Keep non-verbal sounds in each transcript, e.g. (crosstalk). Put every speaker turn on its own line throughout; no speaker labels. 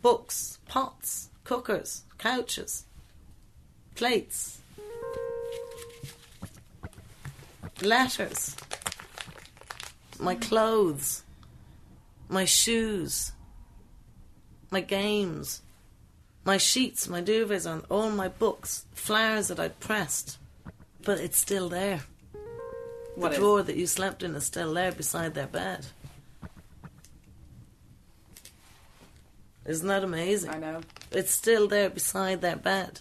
books, pots, cookers, couches, plates, letters, my clothes, my shoes, my games, my sheets, my duvets, and all my books, flowers that I pressed, but it's still there.
What
the
is-
drawer that you slept in is still there beside their bed. Isn't that amazing?
I know.
It's still there beside their bed.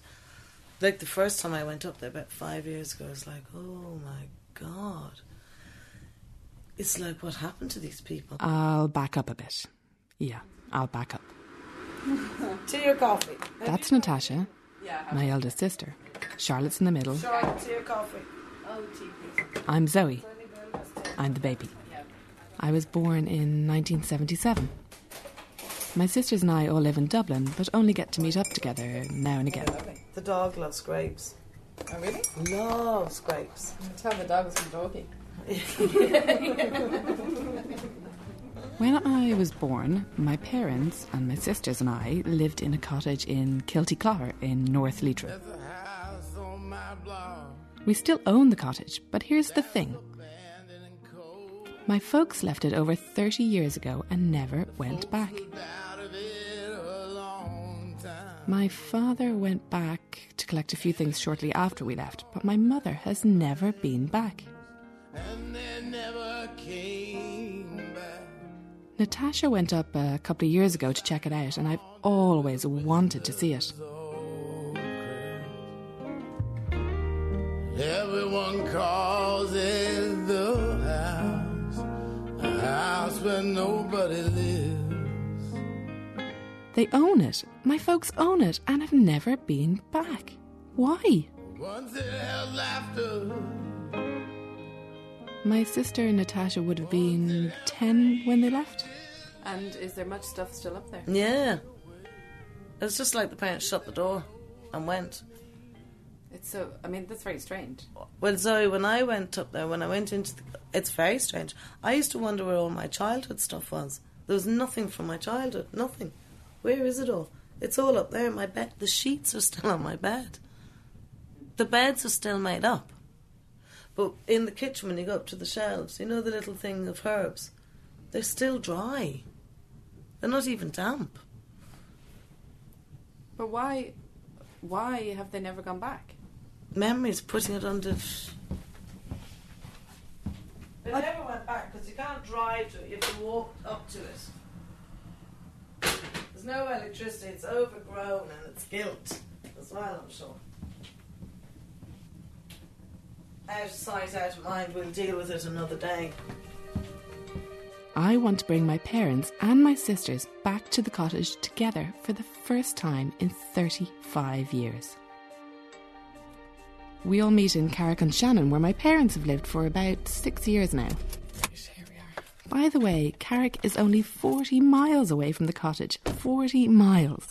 Like the first time I went up there about five years ago, I was like, oh my god. It's like, what happened to these people?
I'll back up a bit. Yeah, I'll back up.
To your coffee.
That's Natasha,
Yeah.
my eldest sister. Charlotte's in the middle.
Charlotte, to your coffee.
I'm Zoe. I'm the baby. I was born in 1977. My sisters and I all live in Dublin, but only get to meet up together now and again.
The dog loves grapes.
Oh, really?
Loves grapes.
tell the dog is from doggy.
When I was born, my parents and my sisters and I lived in a cottage in Kiltyclar in North Leitrim. We still own the cottage, but here's the thing. My folks left it over 30 years ago and never went back. My father went back to collect a few things shortly after we left, but my mother has never been back. Natasha went up a couple of years ago to check it out, and I've always wanted to see it.
Everyone calls it the house, a house where nobody lives.
They own it. My folks own it, and I've never been back. Why?
Once it held laughter,
My sister Natasha would have been 10 when they left.
And is there much stuff still up there?
Yeah. It was just like the parents shut the door and went.
It's so. I mean, that's very strange.
Well, Zoe, when I went up there, when I went into the, it's very strange. I used to wonder where all my childhood stuff was. There was nothing from my childhood, nothing. Where is it all? It's all up there in my bed. The sheets are still on my bed. The beds are still made up. But in the kitchen, when you go up to the shelves, you know the little thing of herbs? They're still dry. They're not even damp.
But why? Why have they never gone back?
Memories putting it under. They never went back because you can't drive to it. You have to walk up to it. There's no electricity. It's overgrown and it's gilt as well. I'm sure. Out of sight, out of mind. We'll deal with it another day.
I want to bring my parents and my sisters back to the cottage together for the first time in 35 years. We all meet in Carrick and Shannon, where my parents have lived for about six years now. By the way, Carrick is only 40 miles away from the cottage. 40 miles.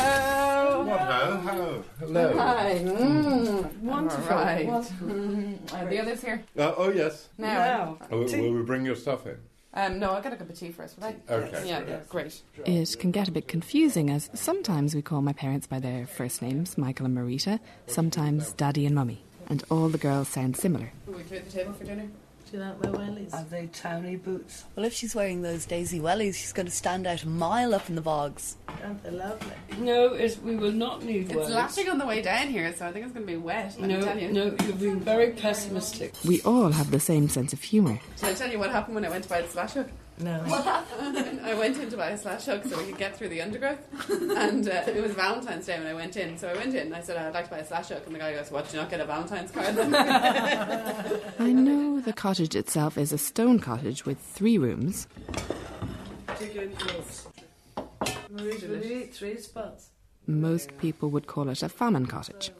hello, hello, hello. Uh,
Mm. Wonderful. (laughs) Are the others here
Uh, oh yes,
now?
will, will we bring your stuff in?
Um, no, I got a cup of tea first. Would I?
Okay.
Yeah, great.
It can get a bit confusing as sometimes we call my parents by their first names, Michael and Marita, sometimes Daddy and Mummy, and all the girls sound similar.
Will we clear the table for dinner?
Do you like my wellies?
Are they towny boots?
Well, if she's wearing those daisy wellies, she's going to stand out a mile up in the bogs.
Aren't they lovely?
No, it's, we will not need
It's
words.
lashing on the way down here, so I think it's going to be wet. Let
no,
me tell you.
no, you've been very pessimistic.
We all have the same sense of humour.
Shall I tell you what happened when I went to buy the slash hook?
No.
I went in to buy a slash hook so we could get through the undergrowth. And uh, it was Valentine's Day when I went in. So I went in and I said, I'd like to buy a slash hook. And the guy goes, What, do you not get a Valentine's card? Uh,
I know the cottage itself is a stone cottage with three rooms,
Should we eat three spots?
Most people would call it a famine cottage.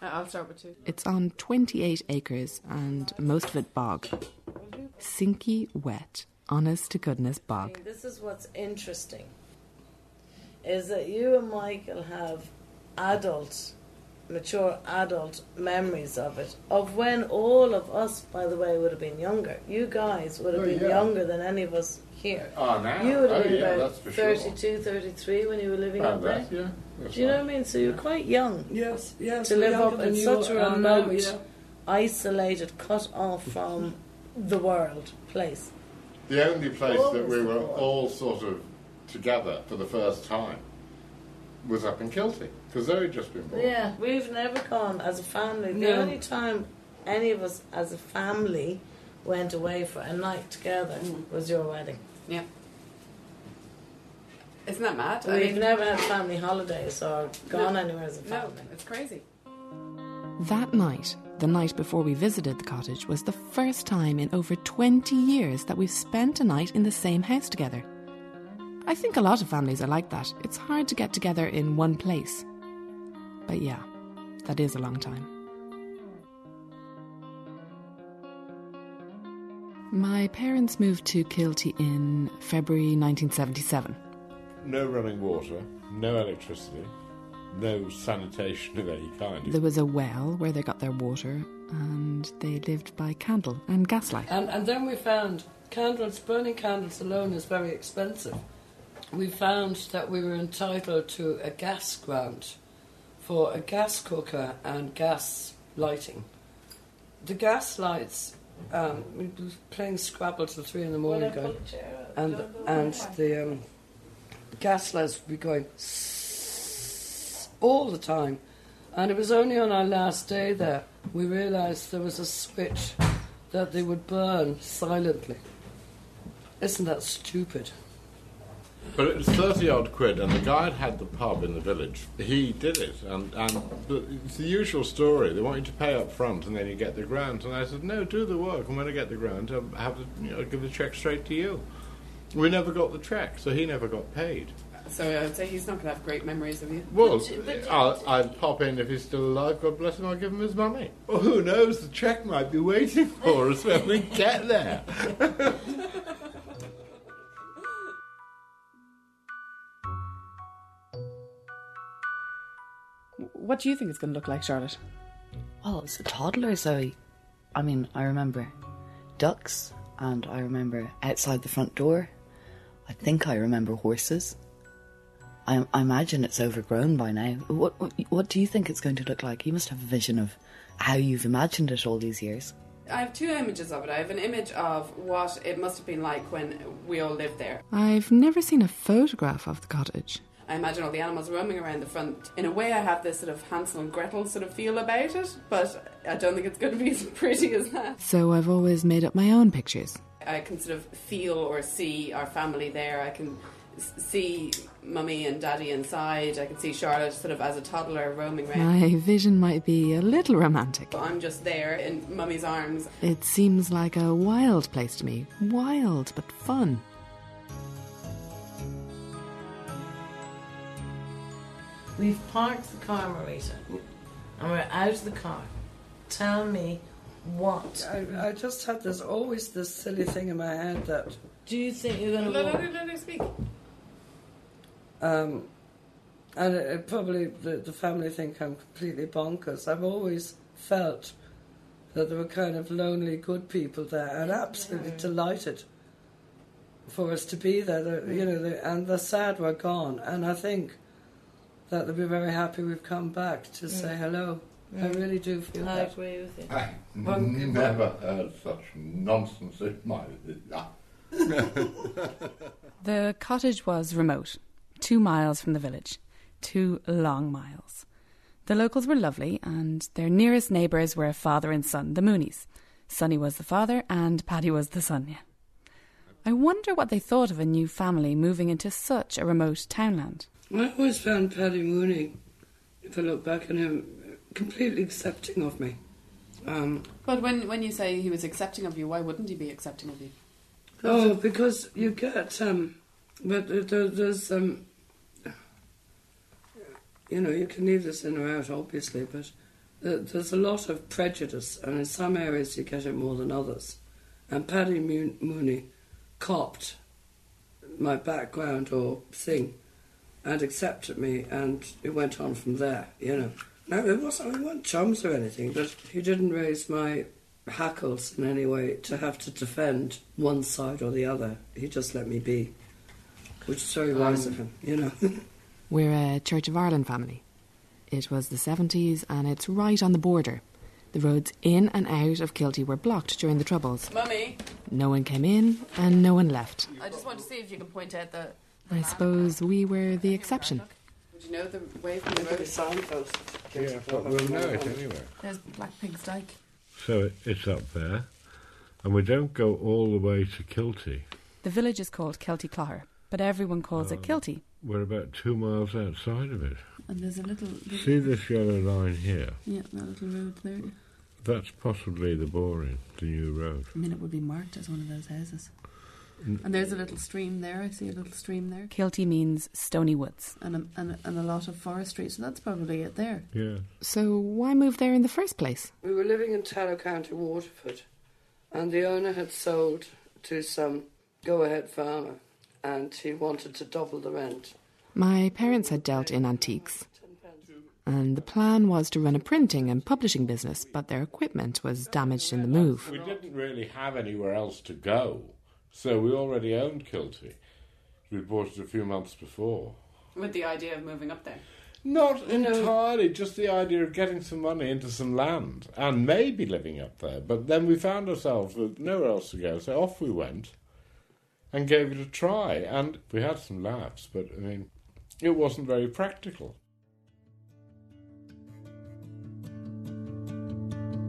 I'll start with two.
It's on 28 acres and most of it bog. Sinky, wet, honest to goodness bog.
This is what's interesting is that you and Michael have adult mature adult memories of it, of when all of us, by the way, would have been younger. You guys would have
Oh,
been
yeah.
younger than any of us here.
Oh, now.
You would
oh,
have been
yeah,
about
that's for
32,
sure.
33 when you were living
About
up there.
that, yeah. That's
Do you know
right.
what I mean? So you're quite young,
Yes, yes.
To
we're
live
younger
up
than
in
you
such a
are now,
remote-
yeah.
isolated, cut off from the world place.
The only place that we
Always
were
support.
all sort of together for the first time was up in Kilty because Zoe had just been born.
Yeah, we've never gone as a family. The
No.
only time any of us as a family went away for a night together was your wedding.
Yeah. Isn't that mad? I
We've
mean,
never had family holidays or gone
No.
anywhere as a
no,
family.
it's crazy.
That night, the night before we visited the cottage, was the first time in over 20 years that we've spent a night in the same house together. I think a lot of families are like that. It's hard to get together in one place. But yeah, that is a long time. My parents moved to Kilty in February 1977.
No running water, no electricity, no sanitation of any kind.
There was a well where they got their water, and they lived by candle and gaslight.
And, and then we found candles, burning candles alone is very expensive. We found that we were entitled to a gas grant for a gas cooker and gas lighting. The gas lights, um, we were playing Scrabble till three in the morning, going, and, and the um, gas lights would be going all the time. And it was only on our last day there we realised there was a switch that they would burn silently. Isn't that stupid?
But it was 30 odd quid, and the guy had had the pub in the village. He did it, and, and but it's the usual story. They want you to pay up front, and then you get the grant. And I said, No, do the work, and when I get the grant, I'll, have the, you know, I'll give the cheque straight to you. We never got the cheque, so he never got paid.
So I would say he's not going to have great memories of you.
Well, I'll, I'll pop in if he's still alive. God bless him. I'll give him his money. Well, Oh, who knows? The cheque might be waiting for us when we get there.
What do you think it's going to look like, Charlotte?
Well, as Oh, a toddler, Zoe, I mean, I remember ducks, and I remember outside the front door. I think I remember horses. I, I imagine it's overgrown by now. What, what what do you think it's going to look like? You must have a vision of how you've imagined it all these years.
I have two images of it. I have an image of what it must have been like when we all lived there.
I've never seen a photograph of the cottage.
I imagine all the animals roaming around the front. In a way, I have this sort of Hansel and Gretel sort of feel about it, but I don't think it's going to be (laughs) as pretty as that.
So I've always made up my own pictures.
I can sort of feel or see our family there. I can s- see mummy and daddy inside. I can see Charlotte sort of as a toddler roaming around.
My vision might be a little romantic.
But I'm just there in mummy's arms.
It seems like a wild place to me. Wild, but fun.
We've parked the car, Marita, and we're out of the car. Tell me what
I, I just had this always this silly thing in my head that
do you think you're going to
Let
walk?
her, let her speak.
Um, and it, it probably the, the family think I'm completely bonkers. I've always felt that there were kind of lonely good people there, and absolutely delighted for us to be there. The- you know, the, and the sad were gone, and I think that they'll be very happy we've come back to say hello. I really do feel
I
that.
agree with you.
I
Monkey
never heard such nonsense in my life.
The cottage was remote, two miles from the village, two long miles. The locals were lovely, and their nearest neighbours were a father and son, the Moonies. Sonny was the father, and Paddy was the son. yeah. I wonder what they thought of a new family moving into such a remote townland.
I always found Paddy Mooney, if I look back on him, completely accepting of me. Um,
But when, when you say he was accepting of you, why wouldn't he be accepting of you?
Oh, because you get um, but there- there, there's um, you know, you can leave this in or out, obviously, but there- there's a lot of prejudice, and in some areas you get it more than others. And Paddy Moon- Mooney copped my background or thing and accepted me, and it went on from there. You know, No, there wasn't. We weren't chums or anything, but he didn't raise my hackles in any way to have to defend one side or the other. He just let me be, which is very wise of him, you know. (laughs)
We're a Church of Ireland family. It was the 70s and it's right on the border. The roads in and out of Kilty were blocked during the Troubles.
Mummy,
No one came in and no one left.
I just want to see if you can point out the.
I suppose we were the exception.
would you know the way from the road?
Yeah, but we'll know it anyway.
There's Black Pig's Dyke.
So it, it's up there, and we don't go all the way to Kilty.
The village is called Kelty Claher, but everyone calls it Kilty.
We're about two miles outside of it.
And there's a little.
See this yellow line here?
Yeah, that little road there.
That's possibly the boring, the new road.
I mean, it would be marked as one of those houses. And there's a little stream there. I see a little stream there.
Kilty means stony woods.
And a, and, a, and a lot of forestry, so that's probably it there.
Yeah.
So why move there in the first place?
We were living in Tallow County, Waterford, and the owner had sold to some go ahead farmer, and he wanted to double the rent.
My parents had dealt in antiques, and the plan was to run a printing and publishing business, but their equipment was damaged in the move.
We didn't really have anywhere else to go, so we already owned Kilty. We bought it a few months before.
With the idea of moving up there.
Not entirely, just the idea of getting some money into some land and maybe living up there. But then we found ourselves with nowhere else to go, so off we went and gave it a try. And we had some laughs, but I mean, it wasn't very practical.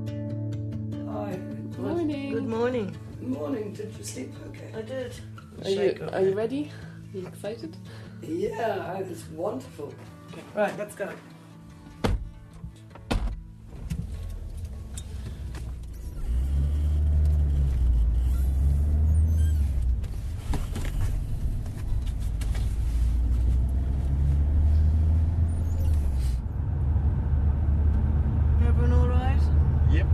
Hi.
Good morning.
Morning. Did you sleep okay?
I did.
Are you, are you ready? Are you excited?
Yeah, I was wonderful.
Right, let's go. Everyone all right?
Yep.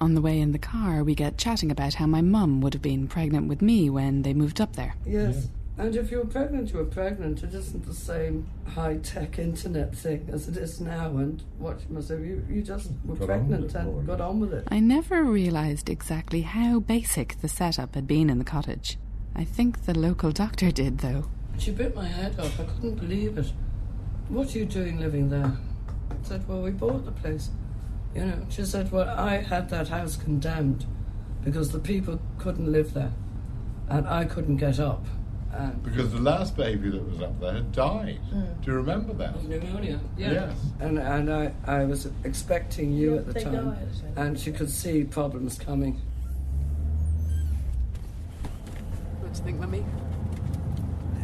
On the way in the car, we get chatting about how my mum would have been pregnant with me when they moved up there.
Yes. And if you were pregnant, you were pregnant. It isn't the same high tech internet thing as it is now. And what you must have, you, you just were
Got on with
pregnant
it, more or
and got on with it.
I never realised exactly how basic the setup had been in the cottage. I think the local doctor did, though.
She bit my head off. I couldn't believe it. What are you doing living there? I said, Well, we bought the place. You know, she said, Well, I had that house condemned because the people couldn't live there and I couldn't get up. And
Because the last baby that was up there had died.
Hmm.
Do you remember that?
uh, pneumonia.
Yes.
And, and I, I was expecting you at the time, and she could see problems coming.
What do you think, Mummy?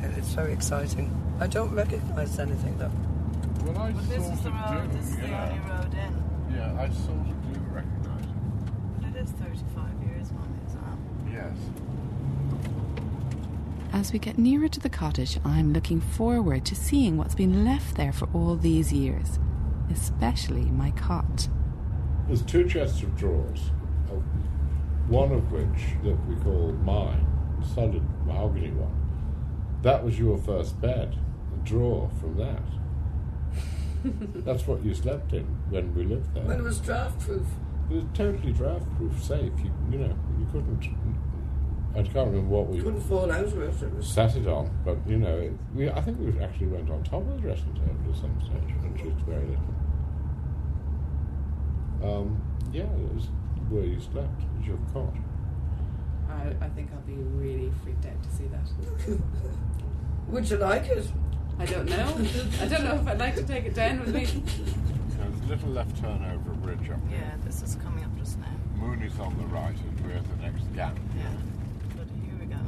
And it's very exciting. I don't recognise anything though.
Well, I
This is the road, this is the only road in.
yeah, I sort of do recognise it.
But it is 35 years, Mummy, as well.
Yes.
As we get nearer to the cottage, I'm looking forward to seeing what's been left there for all these years, especially my cot.
There's two chests of drawers, uh, one of which that we call mine, solid mahogany one. That was your first bed, a drawer from
(laughs)
that. That's what you slept in when we lived there.
But it was draft proof.
It was totally draft proof, safe. You, you know, you couldn't. I can't remember what we
Couldn't fall out of it. It was
sat it on, but you know, it, we, I think we actually went on top of the dressing table at some stage, which is very little. Um, yeah, it was where you slept, it was your cot.
I, I think I'll be really freaked out to see that.
Would you like it?
I don't know. I don't know if I'd like to take it down with me.
There's a little left turnover bridge up
Yeah, this is coming up just now.
Moon is on the right, and we're at the next gap.
Yeah. But here we go.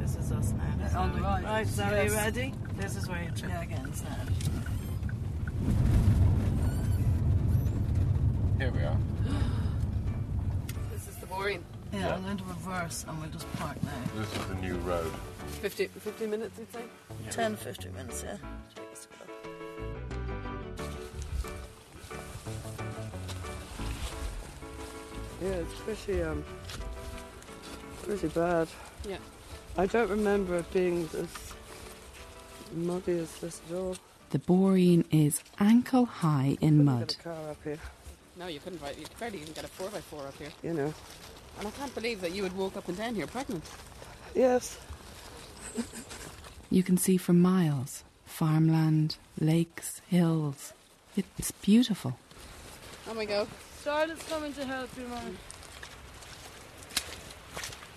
This is us now. On the right. Right, so are you ready? This is where you check against now.
Here we are.
This is the boring.
Yeah, I'm going to reverse and we'll just park now.
This is the new road.
50, 50 minutes, you'd say?
10, 15 minutes, yeah. Take us to go.
Yeah, it's pretty um, pretty bad.
Yeah.
I don't remember it being this muddy as this at all.
The boreen is ankle high in mud.
Get a car up here,
No, you couldn't. Right, you could barely even get a four by four up here.
you know.
And I can't believe that you would walk up and down here pregnant.
Yes,
You can see for miles farmland, lakes, hills. It's beautiful.
On we go.
Charlotte's coming to help you, Mum.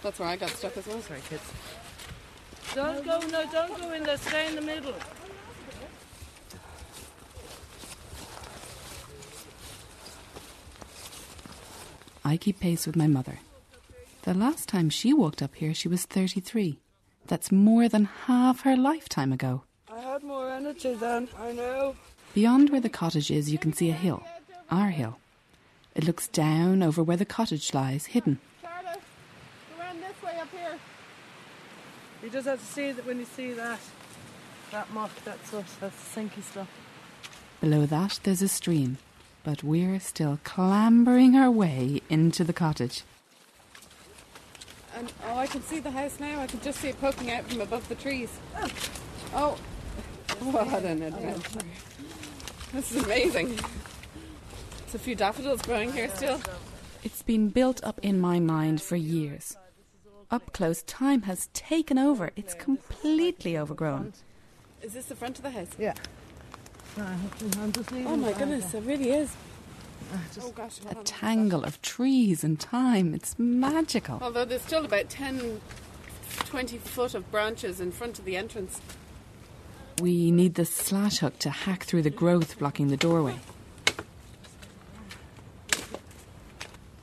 That's where I got stuck as well. Sorry, kids.
Don't go, no, don't go in there. Stay in the middle.
I keep pace with my mother. The last time she walked up here, she was 33. That's more than half her lifetime ago.
I had more energy then. I know.
Beyond where the cottage is, you can see a hill, our hill. It looks down over where the cottage lies, hidden.
Charlotte, go around this way up here. You just have to see that when you see that. That muck, that's us, that's the sinky stuff.
Below that, there's a stream, but we're still clambering our way into the cottage.
And oh, I can see the house now. I can just see it poking out from above the trees. Oh, what an adventure! This is amazing. There's a few daffodils growing here still.
It's been built up in my mind for years. Up close, time has taken over. It's completely overgrown.
Is this the front of the house?
Yeah. I'm just leaving
Oh my
it like
goodness,
that.
it really is.
Ah,
oh gosh,
A
hold on.
tangle of trees and time. It's magical.
Although there's still about 10, 20 foot of branches in front of the entrance.
We need the slash hook to hack through the growth blocking the doorway.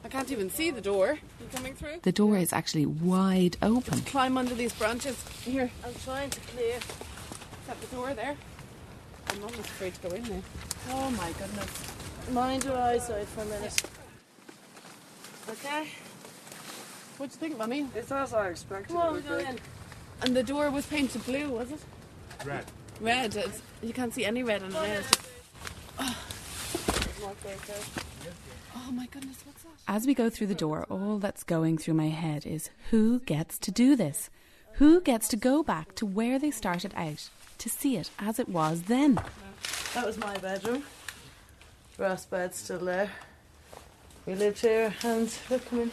I can't even see the door. You coming through?
The door is actually wide open.
Climb under these branches. Here,
I'm trying to clear.
is that the door there? I'm almost afraid to go in there.
Oh my goodness. Mind your eyesight for a minute. Okay?
What do you think, Mummy?
It's as I expected.
Come on, we're going in.
And the door was painted blue, was it?
Red.
Red. It's, you can't see any red on it. now. Oh my goodness, what's that?
As we go through the door, all that's going through my head is who gets to do this? Who gets to go back to where they started out to see it as it was then?
That was my bedroom. Brass bed still there. We lived here and look, come in.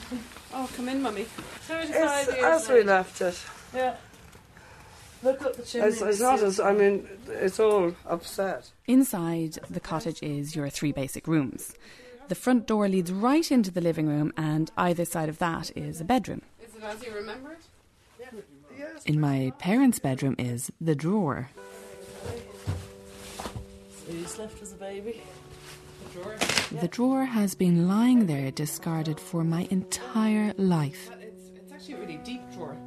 Oh, come in, Mummy.
35
It's
years.
as we left it.
Yeah. Look up the chimney.
It's, it's not as, I mean, it's all upset.
Inside the cottage is your three basic rooms. The front door leads right into the living room, and either side of that is a bedroom.
Is it as you remember it?
In my parents' bedroom is the drawer.
You slept as a baby.
The drawer has been lying there discarded for my entire life.
It's, it's actually a really deep drawer,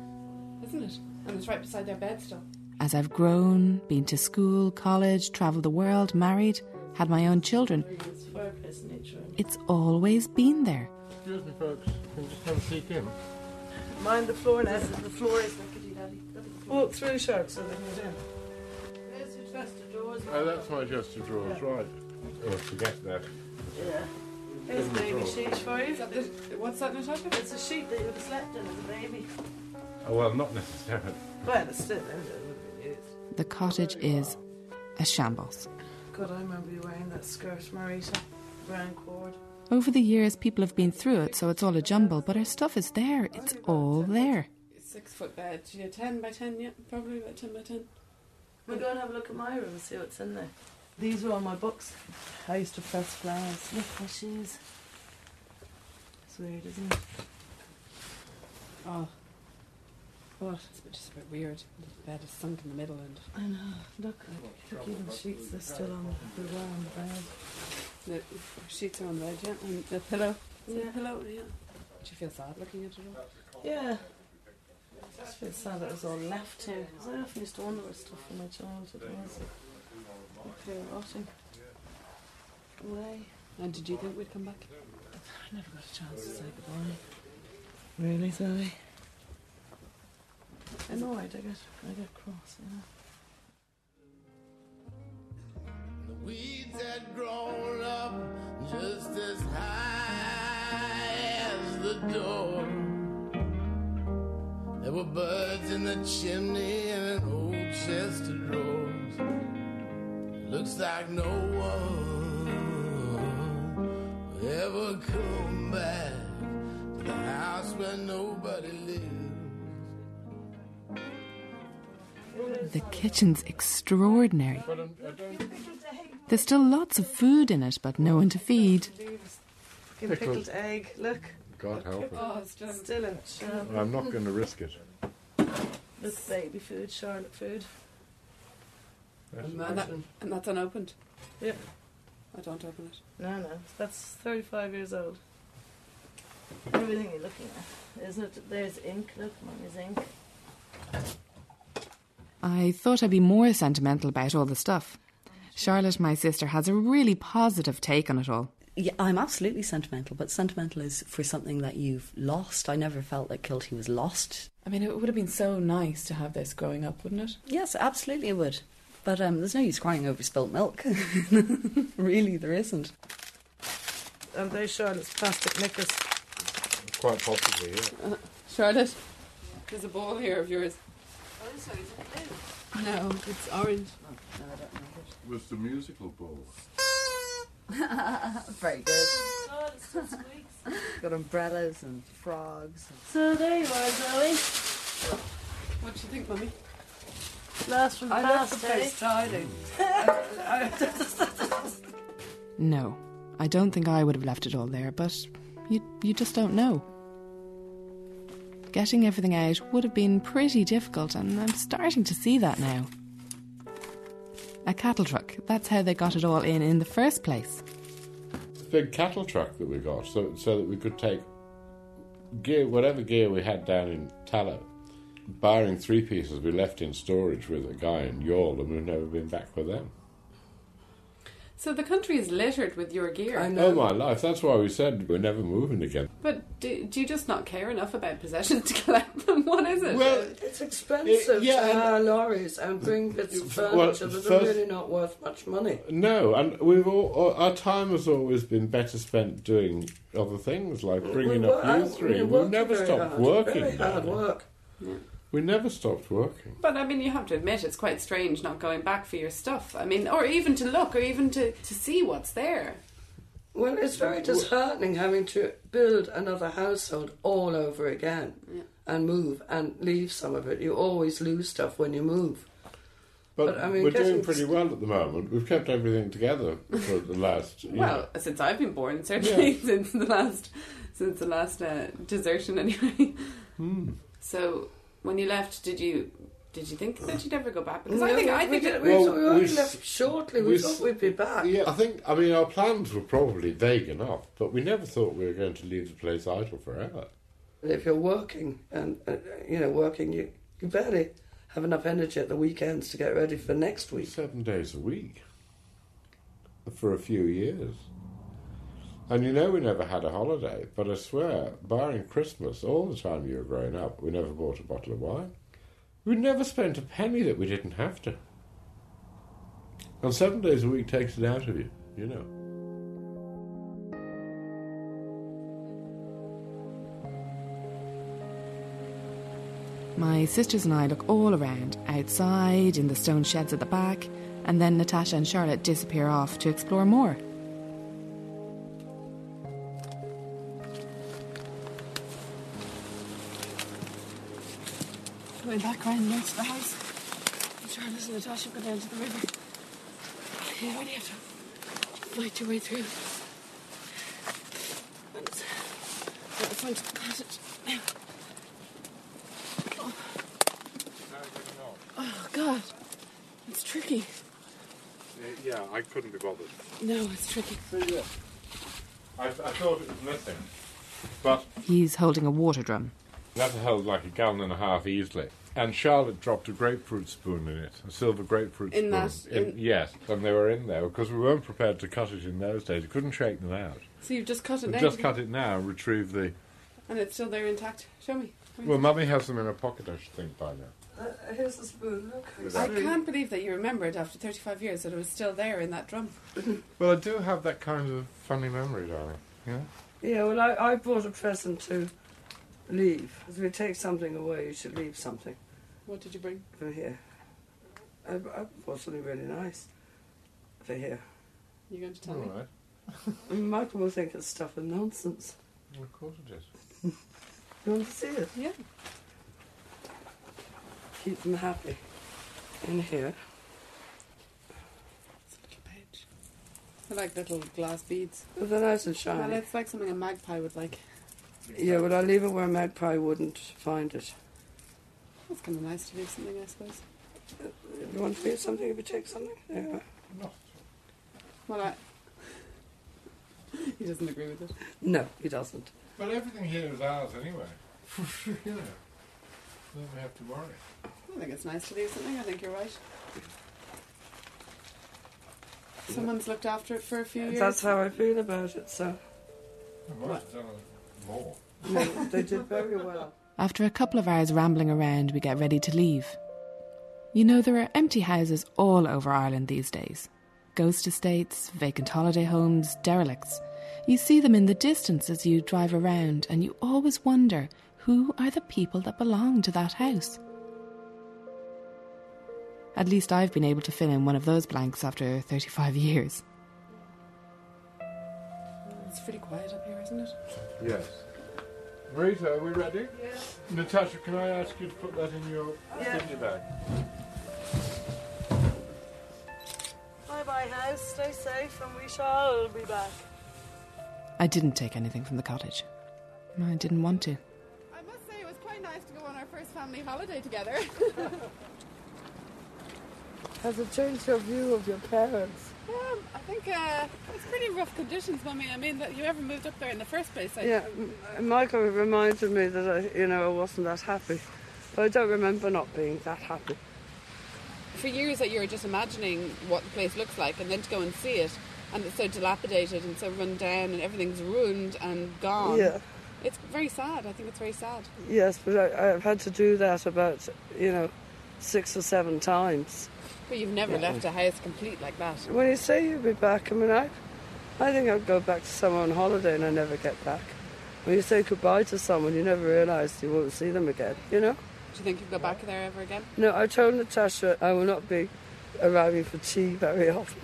isn't it? And it's right beside their bed still.
As I've grown, been to school, college, travelled the world, married, had my own children,
It's fireplace nature.
it's always been there.
Excuse me, folks. Can you just have a peek in?
Mind the floor now. The floor is Walk through, sharks, so they can get in.
There's your trusted doors.
Oh, that's my adjusted drawers, right. Oh, forget that.
Yeah. Here's a baby sheet for you.
Is that the, what's that, Natasha?
It's a sheet that you would have slept in as a baby.
Oh, well, not necessarily.
Well, it's still in there. It would have been used.
The cottage is a shambles.
God, I remember you wearing that skirt, Marita. Brown cord.
Over the years, people have been through it, so it's all a jumble, but our stuff is there. It's all there.
Six foot bed. Yeah, 10 by 10, yeah. Probably about 10 by 10.
We'll go and have a look at my room and see what's in there. These are all my books. I used to press flowers. Look, my shoes. It's weird, isn't it?
Oh. What? It's a bit, just a bit weird. The bed is sunk in the middle and
I know. Look, look even sheets are still on the, they were on the bed.
the sheets are on the bed, yeah. And the pillow. Is it
Yeah.
a pillow, yeah. Do you feel sad looking at it all?
Yeah. I just feel sad that it was all left here. 'Cause I often used to wonder where stuff from my childhood was. Up here rotting. Away.
And did you think we'd come back?
I never got a chance to say goodbye. Really, Zoe? Annoyed, I get, I get cross, you know.
The weeds had grown up just as high as the door. There were birds in the chimney and an old chest of drawers. It's like no one ever come back to the house where nobody lives.
The kitchen's extraordinary. There's still lots of food in it, but no one to feed.
Fucking
Pickled.
pickled egg. Look.
God help it.
Oh, still in it.
I'm not going to risk it.
Look, baby food, Charlotte food.
And, that, and that's unopened.
Yeah.
I don't open it.
No, no, that's 35 years old. Everything you're looking at, isn't it? There's ink. Look, mummy's ink.
I thought I'd be more sentimental about all the stuff. Charlotte, my sister, has a really positive take on it all.
Yeah, I'm absolutely sentimental, but sentimental is for something that you've lost. I never felt that Kilty was lost.
I mean, it would have been so nice to have this growing up, wouldn't it?
Yes, absolutely it would. But um, there's no use crying over spilt milk. (laughs) really, there isn't.
And there's Charlotte's plastic knickers.
Quite possibly, yeah.
Uh, Charlotte, there's a ball here of yours. No, it's orange.
Was the musical ball?
Very good.
Oh,
Got umbrellas and frogs.
So there you are, Zoe.
What do you think, Mummy?
Last from
I left the
past, eh?
place tidy.
No, I don't think I would have left it all there, but you, you just don't know. Getting everything out would have been pretty difficult, and I'm starting to see that now. A cattle truck, that's how they got it all in in the first place.
The big cattle truck that we got, so so that we could take gear, whatever gear we had down in Tallow, barring three pieces we left in storage with a guy in Yorl, and we've never been back with them.
So the country is littered with your gear.
Oh my life! That's why we said we're never moving again.
But do, do you just not care enough about possessions to (laughs) collect them? What is it?
Well, it's expensive to hire lorries and bring bits of furniture
well,
that are
first-
really not worth much money.
No, and we've all our time has always been better spent doing other things like bringing
We
up
wor-
you
we
three.
worked
We've never
very
stopped
hard,
working.
Very hard
darling.
work.
We never stopped working.
But I mean, you have to admit it's quite strange not going back for your stuff. I mean, or even to look, or even to, to see what's there.
Well, it's very disheartening having to build another household all over again and move and leave some of it. You always lose stuff when you move.
But,
But, I mean,
we're doing
getting-
pretty well at the moment. We've kept everything together for the last. You
Well, since I've been born, certainly (laughs) since the last since the last uh, desertion, (laughs) anyway.
Hmm.
So when you left, did you did you think that you'd ever go back? Because I think I think
we,
it,
we,
Well,
we only
we s-
left shortly. We,
we
thought
s-
we'd be back.
know. yeah, I think. I mean, our plans were probably vague enough, but we never thought we were going to leave the place idle forever.
And if you're working and uh, you know working, you you barely have enough energy at the weekends to get ready for next week.
Seven days a week for a few years, and you know we never had a holiday. But I swear, barring Christmas, all the time you were growing up, we never bought a bottle of wine. We never spent a penny that we didn't have to. And seven days a week takes it out of you, you know.
My sisters and I look all around, outside, in the stone sheds at the back, and then Natasha and Charlotte disappear off to explore more.
Going back round next to the house. Charles and Natasha go down to the river. You really have to fight your way through. And it's at the front of the cottage now. Oh. Oh, God. It's tricky.
Yeah, I couldn't be bothered.
No, it's tricky.
I, I thought it was nothing, but
He's holding a water drum.
that held like a gallon and a half easily. And Charlotte dropped a grapefruit spoon in it, a silver grapefruit
In
spoon.
that- in-
yes, and they were in there because we weren't prepared to cut it in those days. We couldn't shake them out.
so you've just cut it
We've
down,
just cut it now and retrieve the.
and it's still there intact. Show me. Come
Well,
here.
Mummy has them in her pocket, I should think, by now.
Uh, here's the spoon. Look, it's
I
really-
can't believe that you remembered after 35 years that it was still there in that drum.
Well, I do have that kind of funny memory, darling. Yeah.
Yeah, well, I, I bought a present to leave. If you take something away, you should leave something Uh,
What did you bring?
from here. I, I bought something really nice over here.
You're going to tell me?
And Michael will think it's stuff and nonsense.
Of course it is.
You want to see it?
Yeah.
Keep them happy. In here.
They're like little glass beads.
Well, they're nice and
Well,
shiny.
it's like something a magpie would like.
Yeah, well, I leave it where a magpie wouldn't find it.
It's kind of nice to do something, I suppose.
You want to be something? If you take something? Yeah.
Well, I... (laughs) he doesn't agree with it.
No, he doesn't.
But everything here is ours anyway. (laughs) you know, don't we have to worry.
I think it's nice to do something. I think you're right. Someone's looked after it for a few years.
That's how I feel about it, so.
We might have done more.
No, they did very well.
After a couple of hours rambling around, we get ready to leave. You know, there are empty houses all over Ireland these days ghost estates, vacant holiday homes, derelicts. You see them in the distance as you drive around, and you always wonder who are the people that belong to that house. At least I've been able to fill in one of those blanks after 35 years.
It's pretty quiet up here, isn't it?
Yes. Rita, are we ready? Natasha, can I ask you to put that in your
Yeah.
thingy bag?
Bye bye, house. Stay safe, and we shall be back.
I didn't take anything from the cottage. I didn't want to.
I must say, it was quite nice to go on our first family holiday together.
(laughs)
(laughs)
Has it changed your view of your parents?
Um, I think uh, it's pretty rough conditions, Mummy. I mean, that you ever moved up there in the first place? I,
Yeah, M- Michael reminded me that I, you know, I wasn't that happy. But I don't remember not being that happy.
For years, that you were just imagining what the place looks like, and then to go and see it, and it's so dilapidated and so run down, and everything's ruined and gone.
Yeah.
It's very sad. I think it's very sad.
Yes, but I, I've had to do that about, you know, six or seven times.
But you've never
Yeah.
left a house complete like that.
When you say you'll be back, I mean, I, I think I'd go back to somewhere on holiday and I never get back. When you say goodbye to someone, you never realise you won't see them again, you know?
Do you think you'll go back there ever again?
No, I told Natasha I will not be arriving for tea very (laughs) often.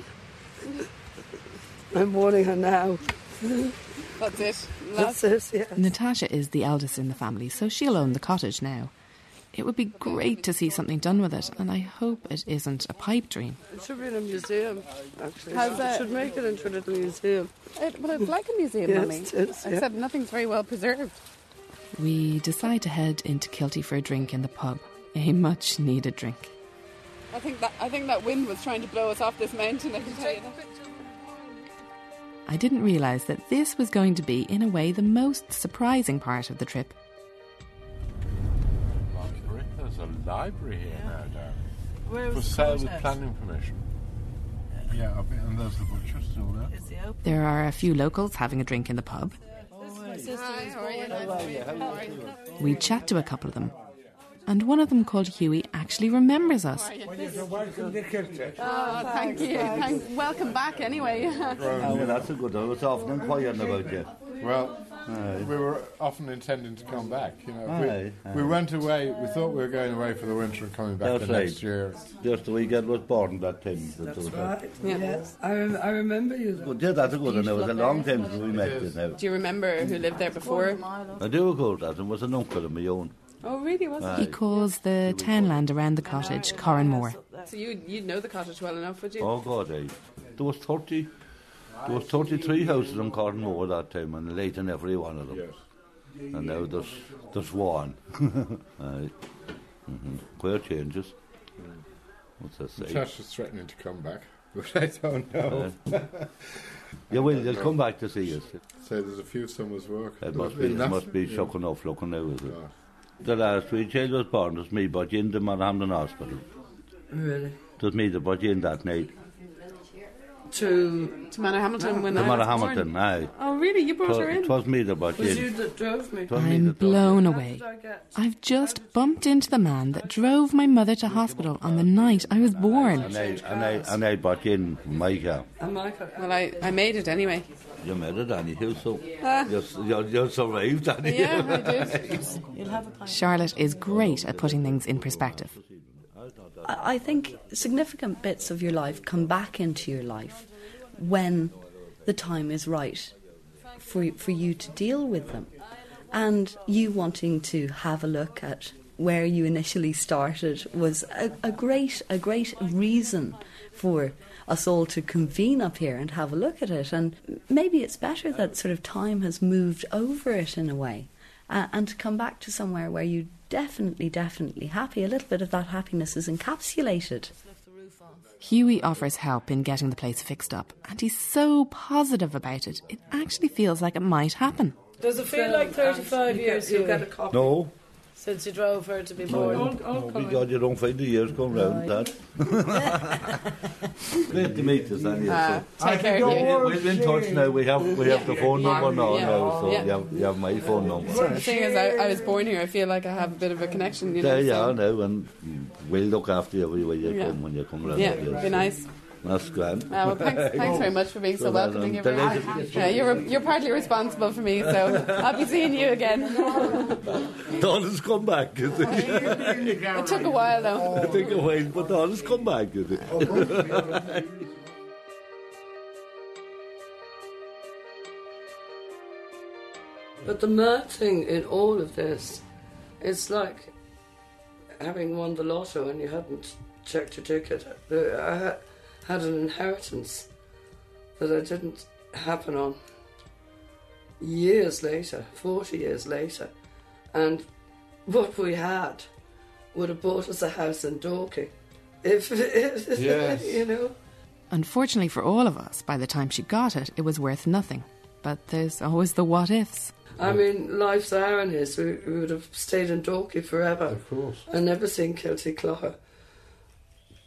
I'm warning her now.
That's it.
That's it, yeah.
Natasha is the eldest in the family, so she'll own the cottage now. It would be great to see something done with it, and I hope it isn't a pipe dream.
It should be in a museum, actually.
How's
It
that?
should make it into a little museum.
It, Uh, well, it's like a museum,
Yes,
Mummy.
it is, yeah.
Except nothing's very well preserved.
We decide to head into Kilty for a drink in the pub, a much needed drink.
I think that I think that wind was trying to blow us off this mountain. I can tell you that.
I didn't realise that this was going to be, in a way, the most surprising part of the trip.
Library? There's a library here now, darling.
Where
For
was the
sale with
courthouse?
planning permission. Yeah, I bet- and there's the butcher still there.
Is he open?
There are a few locals having a drink in the pub.
This is my sister who's born. Hello.
We chat to a couple of them, and one of them, called Huey, actually remembers us.
Welcome to Kilty.
Oh, thank you. Thank, welcome back, anyway.
Oh, well, that's a good one. I was often inquiring about you.
Well, we were often intending to come back. You know,
Aye,
we, we
aye.
went away. We thought we were going away for the winter and coming back
That's
the next
right.
year.
Just the weekend was born that time. That's
Right? Yes. I, rem- I remember you. then.
Good, yeah, that's a good one. It was a long time since we met you now.
Do you remember who (laughs) lived there before?
I do, of course, that one was an uncle of my own.
Oh, really? Was
Aye.
He calls the townland around the cottage Corranmore.
Uh,
it? So you you know the cottage well enough, would you?
Oh, God, aye. There was 30, there was 33 houses in Cornwall that time, and late in every one of them. And now there's, there's (laughs) one. aye. Mm-hmm. Quite changes. What's that say?
Natasha's threatening to come back, (laughs) but I don't know.
You will, you'll come back to see us.
so there's a few summers' work.
It must be, it
Enough.
must be
Yeah.
shocking off looking now, is it? The last three children was born was me, but in the Manhamden Hospital.
Really?
It was me that brought you in that night.
To to Manor Hamilton when
Ah. The
I
Manor
was born.
Hamilton, aye.
Oh, really? You brought her in?
It was me that brought you
Was you
in.
that drove me?
Told me
I'm blown away. I've just bumped into the man that drove my mother to hospital on the night I was born.
And I, and I, and I brought you in my car.
Well, I, I made it anyway.
You made it, Annie Hill, so
Ah.
you, you, you survived,
(laughs)
Annie.
Yeah, I did.
You'll have a pint.
Charlotte is great at putting things in perspective.
I I think significant bits of your life come back into your life when the time is right for, for you to deal with them. And you wanting to have a look at where you initially started was a, a great a great reason for us all to convene up here and have a look at it. And maybe it's better that sort of time has moved over it in a way uh, and to come back to somewhere where you definitely, definitely happy. A little bit of that happiness is encapsulated.
Huey offers help in getting the place fixed up, and he's so positive about it, it actually feels like it might happen.
Does it feel
So,
like
and
35
you
years
get- you
Huey,
get a copy.
No,
since you drove her to be born?
no, no because you don't find the years come
(laughs)
round, Dad. Great to meet you, Sandy.
Ah,
so-
take care of
we-
you.
We've been in touch now. We have we have the phone
Yeah.
number now,
Yeah.
now so
Yeah.
you, have, you have my phone number.
The thing is, I, I was born here. I feel like I have a bit of a connection. You know,
There you
so-
are now, and we'll look after you everywhere you
um, Yeah.
come when you come round.
Yeah,
here,
be
so
nice.
That's grand.
Ah, well, thanks, thanks very much for being so,
that,
welcoming.
um,
You're, very,
delighted to get
yeah, you're, you're partly responsible for me,
(laughs)
so I'll be seeing you again.
you. Donna's come back. you see.
it took a while, though.
I think away, but Donna's come back. you see.
But the mad thing in all of this, it's like having won the lotto and you hadn't checked your ticket. I ha- had an inheritance that I didn't happen on years later, 40 years later. And what we had would have bought us a house in Dorking. If, (laughs) if
Yes.
you know.
Unfortunately for all of us, by the time she got it, it was worth nothing. But there's always the what ifs.
I mean, life's ironies. We, we would have stayed in Dorky forever. Of
course.
And never seen Kilty Clough.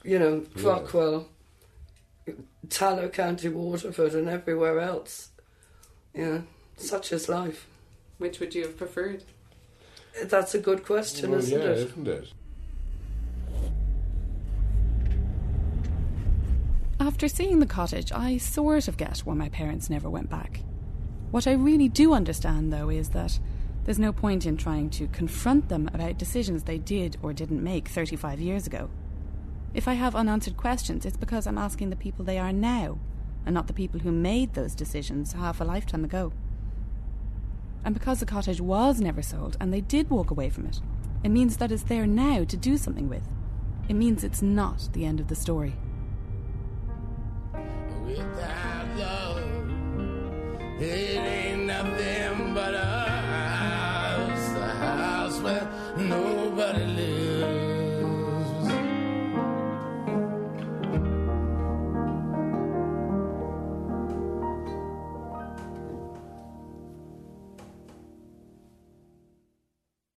You know, Clockwell, Tallow County, Waterford, and everywhere else. Yeah, such is life.
Which would you have preferred?
That's a good question,
Well,
isn't
yeah,
it?
isn't it?
After seeing the cottage, I sort of get why my parents never went back. What I really do understand, though, is that there's no point in trying to confront them about decisions they did or didn't make 35 years ago. If I have unanswered questions, it's because I'm asking the people they are now, and not the people who made those decisions half a lifetime ago. And because the cottage was never sold and they did walk away from it, it means that it's there now to do something with. It means it's not the end of the story.
Without love, it ain't nothing but a